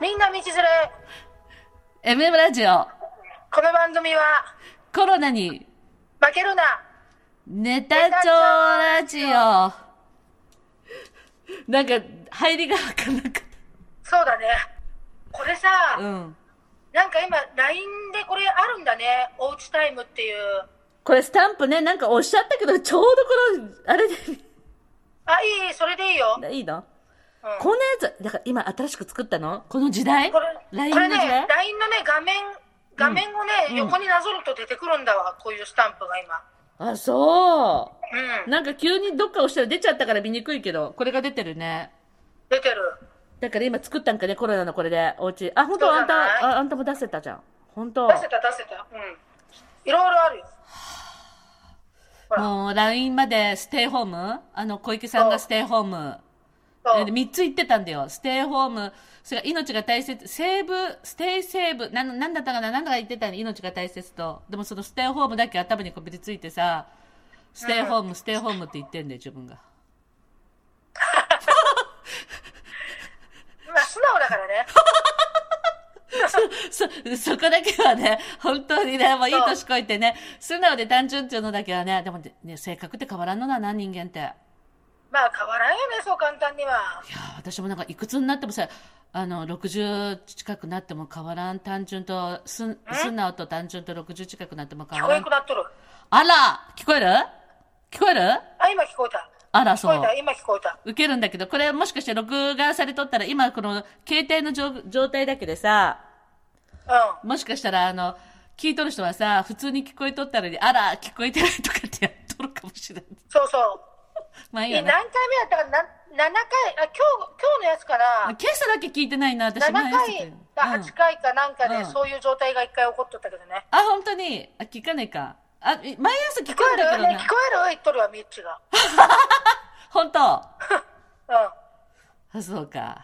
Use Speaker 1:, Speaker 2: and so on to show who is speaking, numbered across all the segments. Speaker 1: みんな道連れ
Speaker 2: MM ラジオ
Speaker 1: この番組は
Speaker 2: コロナに
Speaker 1: 負けるな
Speaker 2: ネタ帳ラジオなんか入りがわかんなかっ
Speaker 1: そうだねこれさ、
Speaker 2: たうん
Speaker 1: なんか今 LINE でこれあるんだねおうちタイムっていう
Speaker 2: これスタンプねなんかおっしゃったけどちょうどこのあれ
Speaker 1: あいいいいそれでいいよ、うん、
Speaker 2: でいいの
Speaker 1: こ
Speaker 2: こんなやつだから今新しく作ったのこの時代
Speaker 1: れ
Speaker 2: LINE
Speaker 1: こ
Speaker 2: の
Speaker 1: れ
Speaker 2: 時
Speaker 1: ね
Speaker 2: 代
Speaker 1: LINE のね画面画面をね、
Speaker 2: うん
Speaker 1: 横になぞると出てくるんだわこういうスタンプが今
Speaker 2: あそ
Speaker 1: うん
Speaker 2: うなんか急にどっか押したら出ちゃったから見にくいけどこれが出てるね
Speaker 1: 出てる
Speaker 2: だから今作ったんかねコロナのこれでお家あ本当
Speaker 1: そ
Speaker 2: あ
Speaker 1: うんじゃない
Speaker 2: たああんたも出せたじゃん本当
Speaker 1: 出せた出せたうんいろいろあるよほら
Speaker 2: もう LINE までステイホームあの小池さんがステイホーム
Speaker 1: そう
Speaker 2: で3つ言ってたんだよステイホームそれから命が大切セーブステイセーブなんなんだったかななんだか言ってたの命が大切とでもそのステイホームだけ頭にこびりついてさステイホーム、ステイホームって言ってんだよ自分が
Speaker 1: まあ素直だから ね
Speaker 2: そそこだけはね本当にねもういい年こいてね素直で単純っていうのだけはねでもね性格って変わらんのだな人間って。
Speaker 1: まあ変わらんよねそう簡単にはい
Speaker 2: やー私もなんかいくつになってもさあの60近くなっても変わらん単純とす素直と単純と60近くなっても変
Speaker 1: 聞
Speaker 2: わ
Speaker 1: こ
Speaker 2: ら
Speaker 1: え
Speaker 2: ん
Speaker 1: なくなっとる
Speaker 2: あら聞こえる聞こえる
Speaker 1: あ今聞こえた
Speaker 2: あら
Speaker 1: 聞こ
Speaker 2: そ
Speaker 1: え
Speaker 2: う
Speaker 1: た今聞こえた
Speaker 2: 受けるんだけどこれもしかして録画されとったら今この携帯の状状態だけでさ
Speaker 1: うん
Speaker 2: もしかしたらあの聞いとる人はさ普通に聞こえとったのにあら聞こえてないとかってやっとるかもしれない
Speaker 1: そうそう
Speaker 2: まあいい
Speaker 1: え
Speaker 2: よ
Speaker 1: 何
Speaker 2: ね
Speaker 1: 回目だったかな7回あ今日今日のやつか
Speaker 2: 今
Speaker 1: な
Speaker 2: 朝だけ聞いてないな私
Speaker 1: 7
Speaker 2: 前やって
Speaker 1: 回
Speaker 2: たよ
Speaker 1: か
Speaker 2: うん
Speaker 1: 8回かなんかで、
Speaker 2: うん
Speaker 1: そういう状態が1回起こっとったけどね
Speaker 2: あ、本当に。あ、聞かねえか。あ、い毎朝聞
Speaker 1: 聞こ
Speaker 2: くん
Speaker 1: え
Speaker 2: だけ
Speaker 1: る、
Speaker 2: ど
Speaker 1: ね、
Speaker 2: な
Speaker 1: 聞。こえる言っとるわミッチが
Speaker 2: 本当。あ、
Speaker 1: うん
Speaker 2: そうか。
Speaker 1: なんか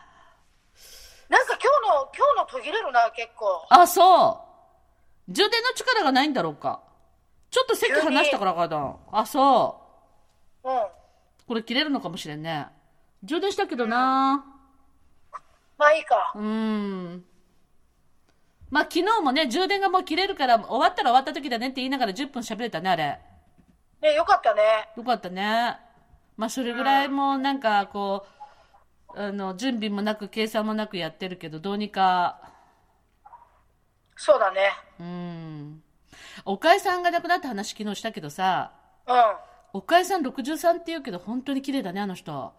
Speaker 1: 今日の今日の途切れるな結構
Speaker 2: あ、そう。充電の力がないんだろうか。ちょっと席離したからかな。あ、そ
Speaker 1: うん
Speaker 2: う。これ切れるのかもしれんね。充電したけどな。
Speaker 1: まあいいか
Speaker 2: うーん。まあ、昨日もね、充電がもう切れるから、終わったら終わった時だねって言いながら10分喋れたね、あれ。
Speaker 1: ねよかったね
Speaker 2: よかったね。まあ、それぐらいもうなんか、こう、あの、準備もなく、計算もなくやってるけど、どうにか、
Speaker 1: そうだね
Speaker 2: うん。おかえさんが亡くなった話昨日したけどさ、
Speaker 1: う
Speaker 2: おかえさん63って言うけど、本当に綺麗だね、あの人。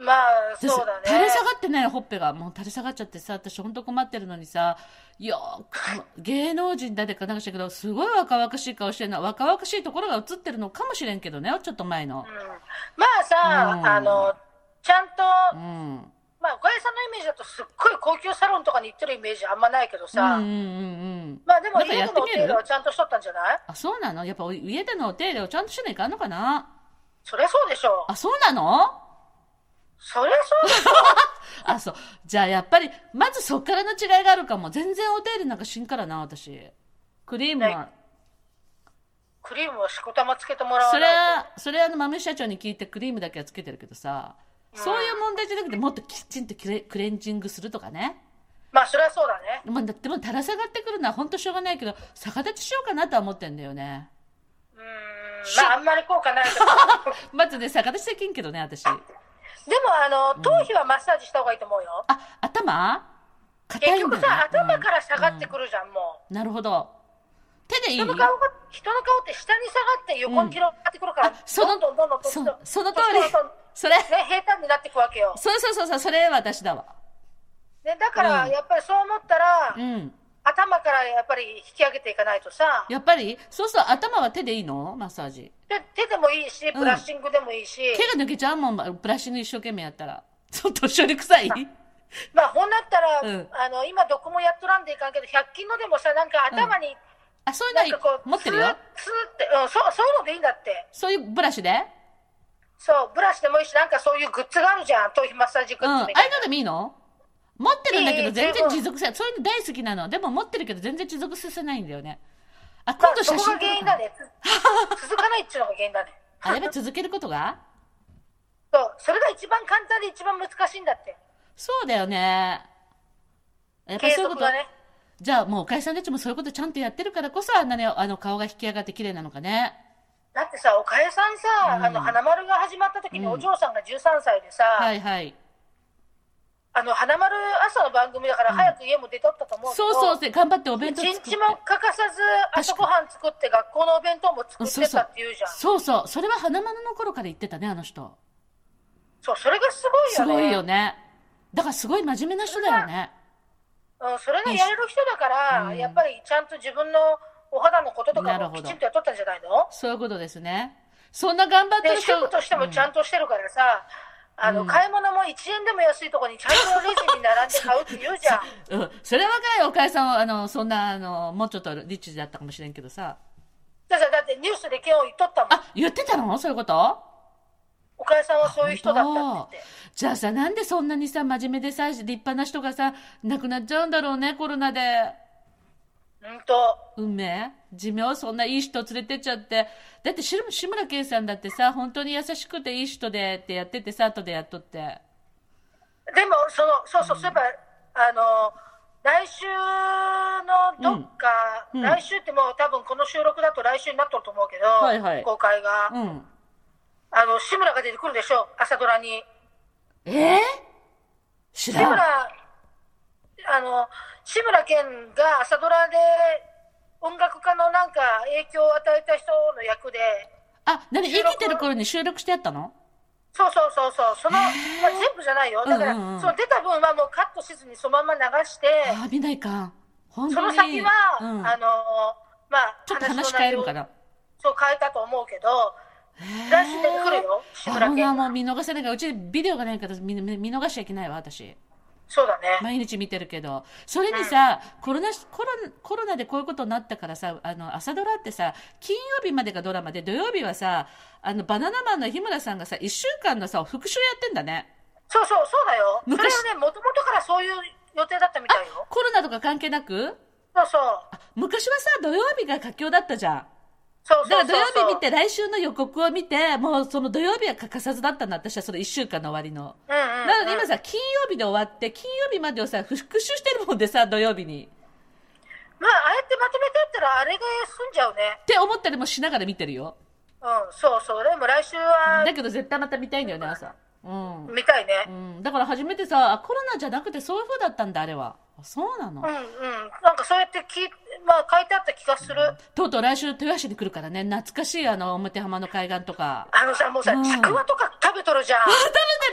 Speaker 1: んまあそうだね
Speaker 2: 私垂れ下がってないほっぺが。もう垂れ下がっちゃってさ、私本当困ってるのにさ、よーく、芸能人だでかなんかしたけど、すごい若々しい顔してるの。若々しいところが映ってるのかもしれんけどね、ちょっと前の
Speaker 1: う。ん、まあさ、
Speaker 2: うん
Speaker 1: あのちゃんと、
Speaker 2: うん。
Speaker 1: まあ岡井さんのイメージだとすっごい高級サロンとかに行ってるイメージあんまないけどさ、
Speaker 2: うんうんうんうん。
Speaker 1: まあでも
Speaker 2: なんか
Speaker 1: 家
Speaker 2: や
Speaker 1: で
Speaker 2: って
Speaker 1: のお
Speaker 2: みる
Speaker 1: 手入れはちゃんとしとったんじゃない
Speaker 2: あ、そうなのやっぱお家でのお手入れをちゃんとしないかんのかな
Speaker 1: そりゃそうでしょう
Speaker 2: あ、そうなの
Speaker 1: そりゃそうでしょ
Speaker 2: あ、そう。じゃあやっぱり、まずそっからの違いがあるかも。全然お手入れなんかしんからな、私。クリーム
Speaker 1: は
Speaker 2: は。
Speaker 1: クリームをしこたまつけてもらわ
Speaker 2: それ
Speaker 1: ない
Speaker 2: は、それはあの、豆社長に聞いてクリームだけはつけてるけどさ、そういう問題じゃなくて、もっときちんとクレクレンジングするとかね。
Speaker 1: まあそりゃそうだね
Speaker 2: まあ、だってもう垂ら下がってくるのは本当しょうがないけど、逆立ちしようかなとは思ってんだよね。
Speaker 1: うーんまああんまり効果ないけど
Speaker 2: まずね、逆立ちできんけどね、私。あ、
Speaker 1: でもあの頭皮はマッサージした方がいいと思うよ
Speaker 2: 頭硬
Speaker 1: 結
Speaker 2: いんだ
Speaker 1: 局
Speaker 2: よ、ね。
Speaker 1: さ頭
Speaker 2: うん
Speaker 1: から下がってくるじゃんも
Speaker 2: なるほど。手でいい
Speaker 1: 人の顔が人の顔って下に下がって横に広がってくるから
Speaker 2: あその
Speaker 1: どんどんどんどん
Speaker 2: そ
Speaker 1: どんどん
Speaker 2: その通り
Speaker 1: どんどんどんどん
Speaker 2: それ、
Speaker 1: ね平坦になっていくわけよ
Speaker 2: そうそうそうそう、それ私だわ。
Speaker 1: ねだから
Speaker 2: うん
Speaker 1: やっぱりそう思ったら
Speaker 2: うん。
Speaker 1: 頭からやっぱり引き上げていかないとさ
Speaker 2: やっぱりそうそう、頭は手でいいのマッサージ。
Speaker 1: で手でもいいしブラッシングでもいいし、
Speaker 2: 手が抜けちゃうもん、ブラッシング一生懸命やったら。ちょっと処理臭い
Speaker 1: まあ、ほんだったら、
Speaker 2: うん
Speaker 1: あの今どこもやっとらんでいかんけど100均のでもさなんか頭に、
Speaker 2: あ、そう
Speaker 1: ないん
Speaker 2: う
Speaker 1: か
Speaker 2: の
Speaker 1: こう
Speaker 2: 持ってるよ。
Speaker 1: ツーツーって、うん、そうそういうのでいいんだって
Speaker 2: そういうブラシで
Speaker 1: そうブラシでもいいしなんかそういうグッズがあるじゃん頭皮マッサージグ
Speaker 2: うん。
Speaker 1: ッズ
Speaker 2: ああい
Speaker 1: みたいな、
Speaker 2: うのでもいいの持ってるんだけ
Speaker 1: いいいい
Speaker 2: ど全
Speaker 1: 十
Speaker 2: 然
Speaker 1: 分
Speaker 2: 持続せそういうの大好きなの。でも持ってるけど全然持続させないんだよね。あ、
Speaker 1: ま
Speaker 2: 今
Speaker 1: あ、
Speaker 2: 度
Speaker 1: そ
Speaker 2: 写
Speaker 1: こが原因
Speaker 2: 真撮ろうかな
Speaker 1: だねつ 続かないっていうのが原因だね
Speaker 2: あ、やっぱり続けることが
Speaker 1: そうそれが一番簡単で一番難しいんだって
Speaker 2: そうだよね。やっぱり
Speaker 1: 継
Speaker 2: そうい
Speaker 1: 続
Speaker 2: うこと、
Speaker 1: がね。
Speaker 2: じゃあもうお会社のたちもそういうことちゃんとやってるからこそ、あんなね、あの顔が引き上がって綺麗なのかね。
Speaker 1: だってさ、おかゆさんさ、
Speaker 2: うん
Speaker 1: あの、花丸が始まった時に
Speaker 2: うん
Speaker 1: お嬢さんが13歳でさ、
Speaker 2: はいはい。
Speaker 1: あの、花丸朝の番組だから早く家も出とったと思うけど、
Speaker 2: そうそうで、頑張ってお弁当
Speaker 1: 一
Speaker 2: 作って
Speaker 1: 日。も欠かさず朝ごはん作って学校のお弁当も作ってたっていうじゃん
Speaker 2: そうそう。それは花丸の頃から言ってたね、あの人。
Speaker 1: そうそれがす
Speaker 2: す
Speaker 1: ごいよ
Speaker 2: ご
Speaker 1: ね
Speaker 2: いよね。だからすごい真面目な人だよね。
Speaker 1: うん、それがやれる人だから、
Speaker 2: うん
Speaker 1: やっぱりちゃんと自分のお肌のこととか
Speaker 2: なる
Speaker 1: も
Speaker 2: ほ
Speaker 1: き
Speaker 2: ど
Speaker 1: ちんとやっとったんじゃないの
Speaker 2: そういうことですね。そんな頑張って
Speaker 1: で
Speaker 2: る
Speaker 1: 主婦としてもちゃんとしてるからさ、あの
Speaker 2: うん
Speaker 1: 買い物も1円でも安いとこにちゃんとレジに並んで買うって言うじ ゃん
Speaker 2: うん、うんそれは若いお母さんは、あの、そんな、あの、もうちょっとリッチだったかもしれんけどさ。
Speaker 1: だからだってニュースで今日言っとったもん
Speaker 2: あ、言ってたのそういうこと
Speaker 1: お母さんはそういう人だったって言って
Speaker 2: じゃあさ、なんでそんなにさ、真面目でさ、立派な人がさ、亡くなっちゃうんだろうね、コロナで。
Speaker 1: うんと
Speaker 2: 運命寿命そんないい人連れてっちゃって。だってしる、志村けんさんだってさ、本当に優しくていい人でってやっててさ、後でやっとって。
Speaker 1: でもそのそうそう、そういえばあの来週のどっか、
Speaker 2: うんうん
Speaker 1: 来週ってもう多分この収録だと来週になっとると思うけど、
Speaker 2: はいはい
Speaker 1: 公開が、
Speaker 2: うん。
Speaker 1: あの志村が出てくるでしょ朝ドラに
Speaker 2: えー、知
Speaker 1: 志
Speaker 2: ら
Speaker 1: 村
Speaker 2: ん。
Speaker 1: あの志村けんが朝ドラで音楽家のなんか影響を与えた人の役で
Speaker 2: あ、なに生きてる頃に収録してやったの
Speaker 1: そうそうそうそうその、まあ、全部じゃないよだから、
Speaker 2: うんうんうん
Speaker 1: その出た分はもうカットせずにそのまま流して
Speaker 2: あ、見ないか。本
Speaker 1: そ
Speaker 2: 当
Speaker 1: の
Speaker 2: に。
Speaker 1: 先は、
Speaker 2: うん、
Speaker 1: あのまあ
Speaker 2: ちょっと話
Speaker 1: の
Speaker 2: 変え
Speaker 1: 内容
Speaker 2: るかな。
Speaker 1: そう変えたと思うけど
Speaker 2: え
Speaker 1: 来週出てくるよ志
Speaker 2: あ
Speaker 1: 村
Speaker 2: もう
Speaker 1: けん
Speaker 2: もう
Speaker 1: が
Speaker 2: 見逃せないから、うちビデオがないから見見見逃しちゃいけないわ、私。
Speaker 1: そうだね
Speaker 2: 毎日見てるけど、それにさ、コロナ、コロナ、コロナでこういうことになったからさ、あの、朝ドラってさ、金曜日までがドラマで、土曜日はさ、あの、バナナマンの日村さんがさ、一週間のさ、復習やってんだね。
Speaker 1: そうそうそうだよそれ
Speaker 2: 昔
Speaker 1: はねもともとからそういう予定だったみたいよ
Speaker 2: コロナとか関係なく
Speaker 1: そうそう
Speaker 2: あ昔はさ、土曜日が佳境だったじゃん。
Speaker 1: そう
Speaker 2: だ
Speaker 1: そ
Speaker 2: か
Speaker 1: うそう
Speaker 2: ら土曜日見て、来週の予告を見て、もうその土曜日は欠かさずだったんだ、私はその一週間の終わりの。
Speaker 1: うんうんうん、
Speaker 2: なので今さ、金曜日で終わって、金曜日までをさ、復習してるもんでさ、土曜日に。
Speaker 1: まあ、ああやってまとめてったら、あれが済んじゃうね
Speaker 2: っ。て思ったりもしながら見てるよ。
Speaker 1: うん、そうそう。でも来週は
Speaker 2: だけど絶対また見たいんだよね、朝。うん。
Speaker 1: 見たいね。
Speaker 2: うん、だから初めてさ、あコロナじゃなくてそういう風だったんだ、あれは。あそうなの、
Speaker 1: うんうん。なんかそうやって聞い、まあ、書いてあった気がする。
Speaker 2: とうとう来週豊橋に来るからね、懐かしいあの、表浜の海岸とか。
Speaker 1: あのさ、もうさ
Speaker 2: う、ん
Speaker 1: ちくわとか食べとるじゃん。
Speaker 2: 食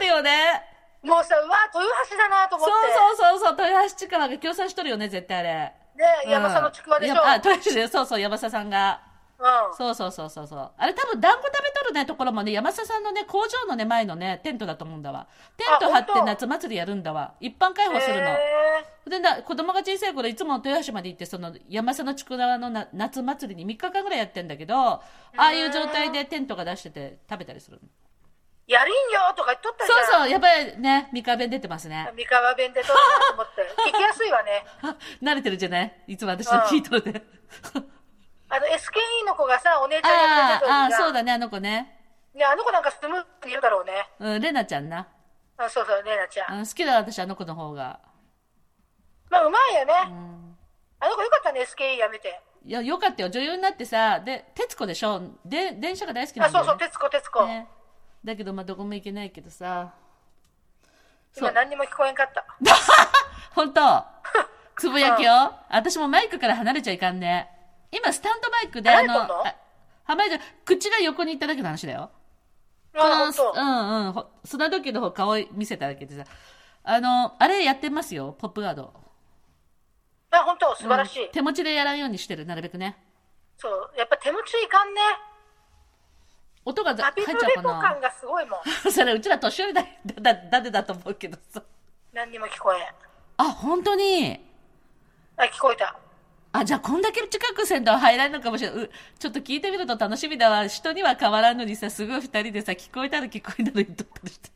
Speaker 2: べてるよね
Speaker 1: もうさ、うわ、豊橋だなと思
Speaker 2: そう
Speaker 1: って。
Speaker 2: そうそうそう、豊橋ちくわが協賛しとるよね、絶対あれ。
Speaker 1: ね、山
Speaker 2: さ
Speaker 1: 佐のちくわでしょ。うん。
Speaker 2: あ、豊橋で、そうそう、山佐さんが。そうそうそうそうそう。あれ多分団子食べとるね、ところもね、山佐さんのね、工場のね、前のね、テントだと思うんだわ。テント張って
Speaker 1: あ本当
Speaker 2: 夏祭りやるんだわ。一般開放するの。
Speaker 1: へ
Speaker 2: でな子供が小さい頃いつも豊橋まで行ってその山佐のちくわのな夏祭りに3日間ぐらいやってんだけどああいう状態でテントが出してて食べたりするの
Speaker 1: ーやりんよとか言っとったじゃ
Speaker 2: そ
Speaker 1: ん。
Speaker 2: うそうやっぱりね三河弁出てますね
Speaker 1: 三河弁でとるなと思って。聞きやすいわね。
Speaker 2: あ慣れてるじゃないいつも私の聞いとるね
Speaker 1: あの、SKE の子がさ、お姉ちゃんやっ
Speaker 2: あ
Speaker 1: て
Speaker 2: あ
Speaker 1: た
Speaker 2: ああ
Speaker 1: じゃん
Speaker 2: そうだねあの子ね
Speaker 1: ね、あの子なんかスムーズに言うだろうね。
Speaker 2: うんレナちゃんな
Speaker 1: あそうそう、ねなちゃん。
Speaker 2: うん好きだ私あの子の方が
Speaker 1: まあ、うまいよね。
Speaker 2: うん
Speaker 1: あの子よかったね、SKE やめて。
Speaker 2: いやよかったよ女優になってさで徹子でしょで電車が大好きな
Speaker 1: あ、
Speaker 2: んだ
Speaker 1: そ
Speaker 2: よ、
Speaker 1: う
Speaker 2: ね、
Speaker 1: そう、徹子、徹子。
Speaker 2: ねだけどまあどこも行けないけどさ
Speaker 1: 今何にも聞こえんかった。
Speaker 2: 本当つぶやきよ、私もマイクから離れちゃいかんね。今、スタンドマイクで、
Speaker 1: 離れとんの
Speaker 2: あ離れちゃう口が横に行っただけの話だよ。
Speaker 1: あ、ほん
Speaker 2: こ
Speaker 1: と。
Speaker 2: のうんうんほ。砂時計の方顔見せただけでさ。あの、あれやってますよ、ポップガード。
Speaker 1: あ、ほんと、素晴らしい
Speaker 2: うん。手持ちでやらんようにしてる、なるべくね。
Speaker 1: そう、やっぱ手持ちいかんね。
Speaker 2: 音が
Speaker 1: ア
Speaker 2: 入
Speaker 1: ピ
Speaker 2: っ
Speaker 1: プ
Speaker 2: ち
Speaker 1: レ
Speaker 2: ゃう
Speaker 1: ポ
Speaker 2: かな
Speaker 1: 感。がすごいもん。
Speaker 2: それ、うちら年寄りだ、だ、だ、だだと思うけどさ。
Speaker 1: 何にも聞こえん。
Speaker 2: あ、本当に
Speaker 1: あ、聞こえた。
Speaker 2: あ、じゃあこんだけ近く線とは入らんのかもしれない。うちょっと聞いてみると楽しみだわ。人には変わらんのにさ、すごい二人でさ、聞こえたら聞こえたの言っとった りして。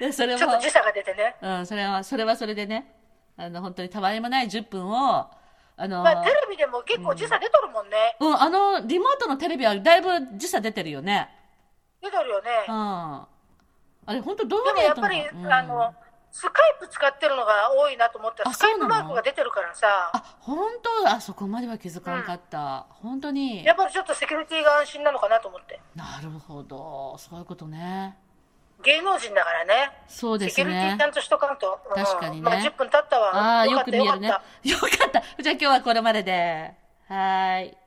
Speaker 2: いや、それ
Speaker 1: ちょっと
Speaker 2: は
Speaker 1: 時、差が出てね。
Speaker 2: うん、それは、それはそれでね、あの、本当にたわいもない10分を、あの、
Speaker 1: まあ、テレビでも結構時差出とるもんね。
Speaker 2: うん、あの、リモートのテレビはだいぶ時差出てるよね。
Speaker 1: 出とるよね
Speaker 2: うん。。あれ、本当どう
Speaker 1: でも
Speaker 2: や
Speaker 1: や
Speaker 2: っ
Speaker 1: ったぱ
Speaker 2: の
Speaker 1: り、
Speaker 2: うん
Speaker 1: あの、スカイプ使ってるのが多いなと思ったら
Speaker 2: あ
Speaker 1: スカイ
Speaker 2: そ
Speaker 1: プ
Speaker 2: うな
Speaker 1: マ
Speaker 2: の
Speaker 1: ークが出てるからさ
Speaker 2: あ、本当だ。あそこまでは気づかなかった。本当に
Speaker 1: や。っぱりちょっとセキュリティが安心なのかなと思って
Speaker 2: なるほど。そういうことね。
Speaker 1: 芸能人だからね
Speaker 2: そうで
Speaker 1: セキ
Speaker 2: す
Speaker 1: ュリティ
Speaker 2: ね
Speaker 1: ちゃ。んとしとかんと、うん
Speaker 2: 確かにね
Speaker 1: まあ、10分経ったわ
Speaker 2: ああ、
Speaker 1: よ
Speaker 2: よ
Speaker 1: かっ
Speaker 2: く
Speaker 1: た
Speaker 2: 見え
Speaker 1: よか
Speaker 2: る
Speaker 1: っ
Speaker 2: ね。
Speaker 1: た
Speaker 2: よかった。じゃあ今日はこれまでで。はーい。